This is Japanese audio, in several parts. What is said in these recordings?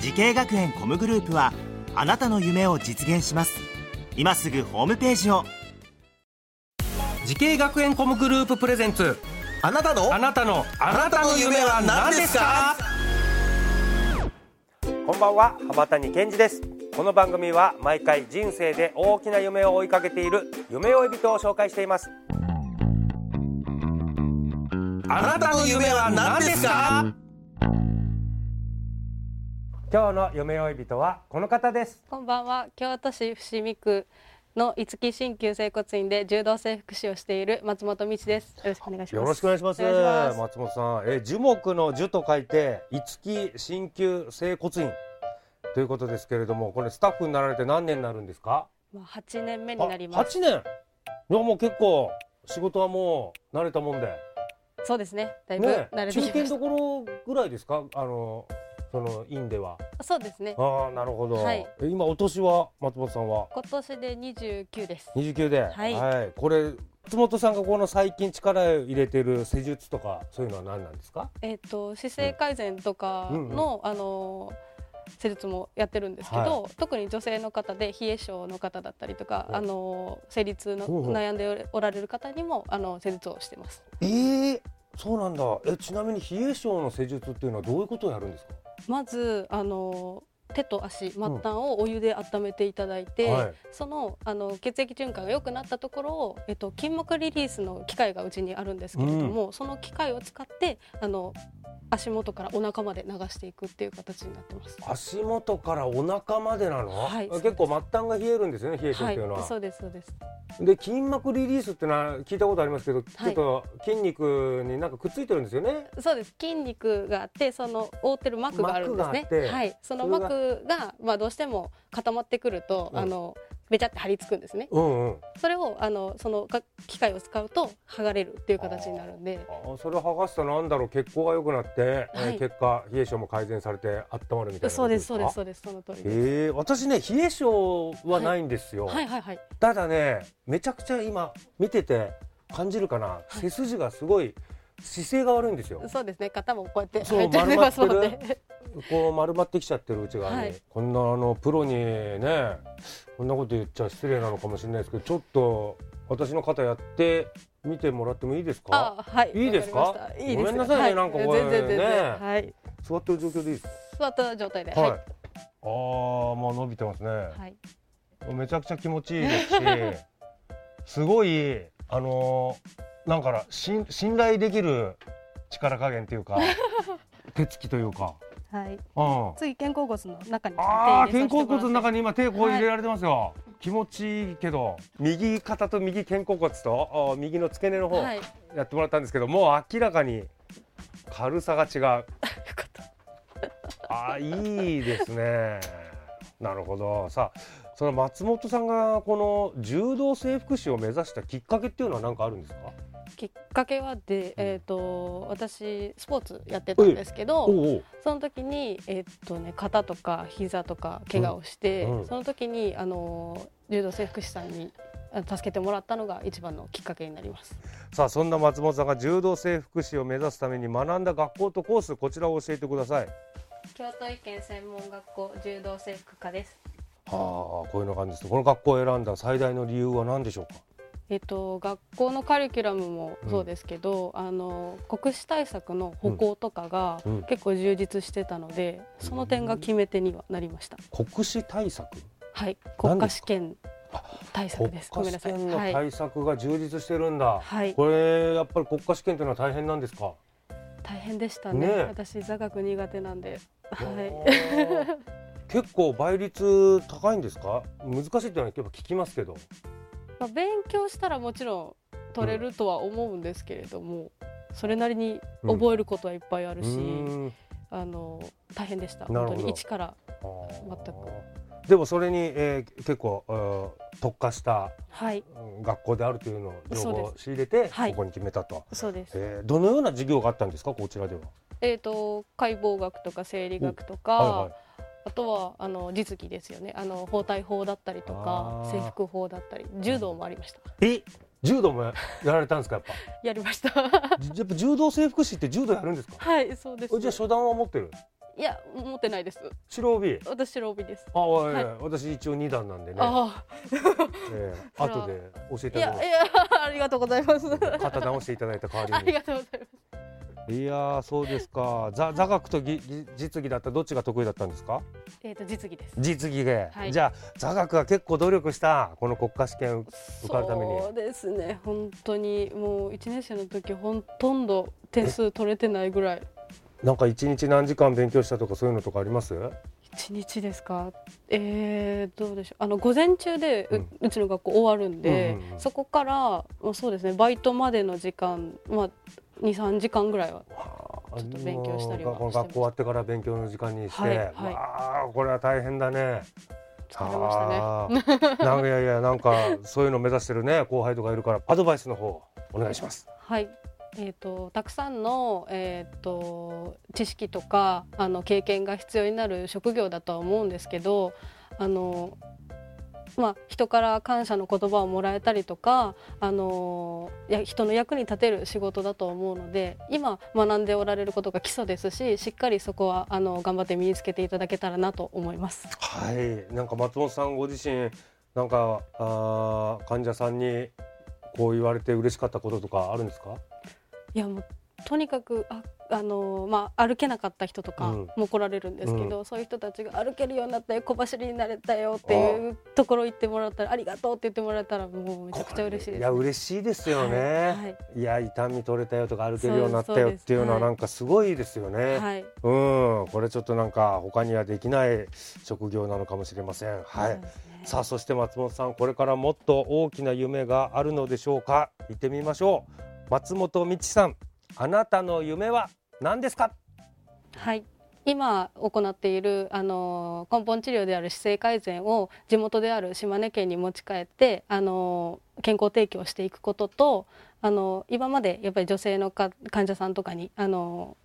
時系学園コムグループはあなたの夢を実現します今すぐホームページを時系学園コムグループプレゼンツあなたのあなたのあなたの夢は何ですかこんばんは浜谷健二ですこの番組は毎回人生で大きな夢を追いかけている夢追い人を紹介していますあなたの夢は何ですか今日の夢追い人はこの方ですこんばんは京都市伏見区の五木鍼灸整骨院で柔道整復師をしている松本美智ですよろしくお願いしますよろしくお願いしますお願いしま松本さんえ樹木の樹と書いて五木鍼灸整骨院ということですけれどもこれスタッフになられて何年になるんですかまあ八年目になりあます8年いやもう結構仕事はもう慣れたもんでそうですねだいぶね慣れて中きま堅しどた、ころぐらいですかあのその院ではそうですねああなるほど、はいえ今お年は松本さんは今年で二十九です29で、ははいいこれ松本さんがこの最近力を入れてる施術とかそういうのは何なんですかえっ、と姿勢改善とかうんうんの、あの施術もやってるんですけど、特に女性の方で冷え性の方だったりとか、うんあの生理痛のうんうん悩んでおられる方にもあの施術をしてますえー、そうなんだえちなみに冷え性の施術っていうのはどういうことをやるんですかまずあの手と足末端をお湯で温めていただいて、はいそのあの血液循環が良くなったところを、えっと、筋膜リリースの機械がうちにあるんですけれども、その機械を使ってあの足元からお腹まで流していくっていう形になってます。足元からお腹までなの、はいあ結構末端が冷えるんですよね冷え性っはていいうのは、、そうですそうです。で筋膜リリースってのは聞いたことありますけど、はいちょっと筋肉になんかくっついてるんですよねそうです。筋肉があって、その覆ってる膜があるんですね膜があっ。てはい。そのそれが膜がまあどうしても固まってくると、うんあのべちゃって張り付くんですね。うんうんそれをあのそのか機械を使うと剥がれるっていう形になるんで、あーそれ剥がすとなんだろう血行が良くなって、えー結果冷え性も改善されて温まるみたいなことかそうですそうですそうですその通りです。えー、私ね冷え性はないんですよ、はいはいはい。ただねめちゃくちゃ今見てて感じるかな、背筋がすごい姿勢が悪いんですよそうですね。肩もこうやってそう入っちゃってますもん丸まってね。こう丸まってきちゃってるうちがね、はいこんなあのプロにねこんなこと言っちゃ失礼なのかもしれないですけどちょっと私の肩やって見てもらってもいいですか あはい。いいですかわりましたいいですごめんなさいねはなんかこう全然全ね然。はい。座ってる状況でいいです座った状態で。かはい。あーまあ伸びてますね、はい。めちゃくちゃ気持ちいいですしすごいあのーなんかな信信頼できる力加減と いうか手つきというか、はい。うん、次肩甲骨の中に。ああ肩手入れさせても甲らって骨の中に今手こう入れられてますよ、気持ちいいけど右肩と右肩甲骨とあー右の付け根の方はい。よやってもらったんですけど、もう明らかに軽さが違うかった。あーいいですね。なるほど。さあ、その松本さんがこの柔道整復師を目指したきっかけっていうのは何かあるんですか。きっかけはで、えっ、と私スポーツやってたんですけど、おうその時にえっ、とね肩とか膝とか怪我をして、うんうんその時にあの柔道整復師さんにあ助けてもらったのが一番のきっかけになります。さあ、そんな松本さんが柔道整復師を目指すために学んだ学校とコースこちらを教えてください。は京都医研専門学校柔道整復科です。あ、こういうの感じです。この学校を選んだ最大の理由は何でしょうか。えっと、学校のカリキュラムもそうですけど、あの国試対策の歩行とかがうんうん結構充実してたので、その点が決め手にはなりました。国試対策。はい、何国で家す試験対策国です。ご家めんな試さい。験のはい、対策が充実してるんだ。はいこれやっぱり国家試験というのは大変なんですか。大変でしたね。ねえ私座学苦手なんで、はい、い。 結構倍率高いんですか？難しいっていうのはやっぱ聞きますけど。まあ、勉強したらもちろん取れるとは思うんですけれども、それなりに覚えることはいっぱいうあるし、ーんあの大変でしたなるほ本ど当に一から全くでもそれに、えー結構、えー特化したはいうん学校であるというのを情報そうをで仕入れて、はいここに決めたと、そうですえーどのような授業があったんですかこちらでは、えー、と解剖学とか生理学とか、はいはいあとはあの実技ですよねあの包帯法だったりとあーか制服法だったり柔道もありましたえ柔道もやられたんですかやっぱやりました じ やっぱ柔道整復師って柔道やるんですかはいそうですえじゃあ初段は持ってるいや持ってないです白帯私白帯ですあ、はいやいやは私一応二段なんでね、あえー、それは後で教えあていあやげいや ありがとうございますます肩直していただいた代わ ありりにがとうございますいやーそうですか座座学とぎぎ実技だったらどっちが得意だったんですかえっ、と実技です実技で、はいじゃあ座学は結構努力したこの国家試験受かるためにそうですね本当にもう一年生の時ほとんど点数取れてないぐらいなんか一日何時間勉強したとかそういうのとかあります一日ですかえー、どうでしょうあの午前中でう,、うんちの学校終わるんうで、んうんうんそこからもうそうですねバイトまでの時間まあ23時間ぐらいはちょっと勉強したりはしてましたこの学校終わってから勉強の時間にして、はいはいわあこれは大変だね疲れましたねあーなんかいやいやなんかそういうの目指してるね後輩とかいるからアドバイスの方お願いしますはい。えー、とたくさんの、えー、と知識とかあの経験が必要になる職業だとは思うんですけどあの、まあ、人から感謝の言葉をもらえたりとかあのや人の役に立てる仕事だと思うので今学んでおられることが基礎ですししっかりそこはあの頑張って身につけていただけたらなと思います。はいなんか松本さんご自身なんかあー患者さんにこう言われて嬉しかったこととかあるんですかいやもうとにかくああのーまあ、歩けなかった人とかうんも来られるんですけど、そういう人たちが歩けるようになったよ小走りになれたよっていうところ行ってもらったらありがとうって言ってもらえたらもうめちゃくちゃ嬉しいです、いや嬉しいですよね、はいいや痛み取れたよとか歩けるようになったよっていうのはそうですなんかすごいですよね、はいはいうんこれちょっとなんか他にはできない職業なのかもしれませんはい、そうですねさあそして松本さんこれからもっと大きな夢があるのでしょうか行ってみましょう松本美智さんあなたの夢は何ですかはい今行っているあのー根本治療である姿勢改善を地元である島根県に持ち帰ってあのー健康提供していくこととあのー今までやっぱり女性のか患者さんとかにあの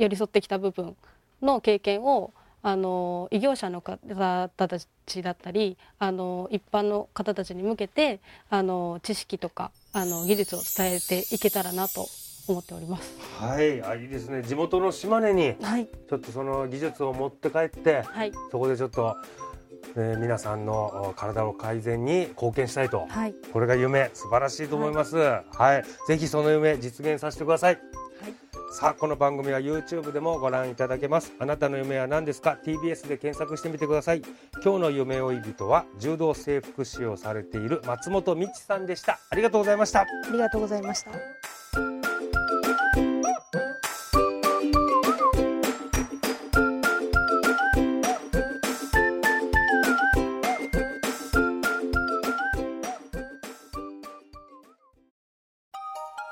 ー寄り添ってきた部分の経験をあのー異業者の方たちだったりあのー一般の方たちに向けてあのー知識とかあの技術を伝えていけたらなと思っております。はいあいいですね地元の島根にはい、ちょっとその技術を持って帰ってはい、そこでちょっと、えー皆さんのお体の改善に貢献したいとはいこれが夢素晴らしいと思いますはい、ぜひその夢実現させてくださいはいさあこの番組は YouTube でもご覧いただけますあなたの夢は何ですか TBS で検索してみてください今日の夢追い人は柔道整復師をされている松本美智さんでしたありがとうございましたありがとうございました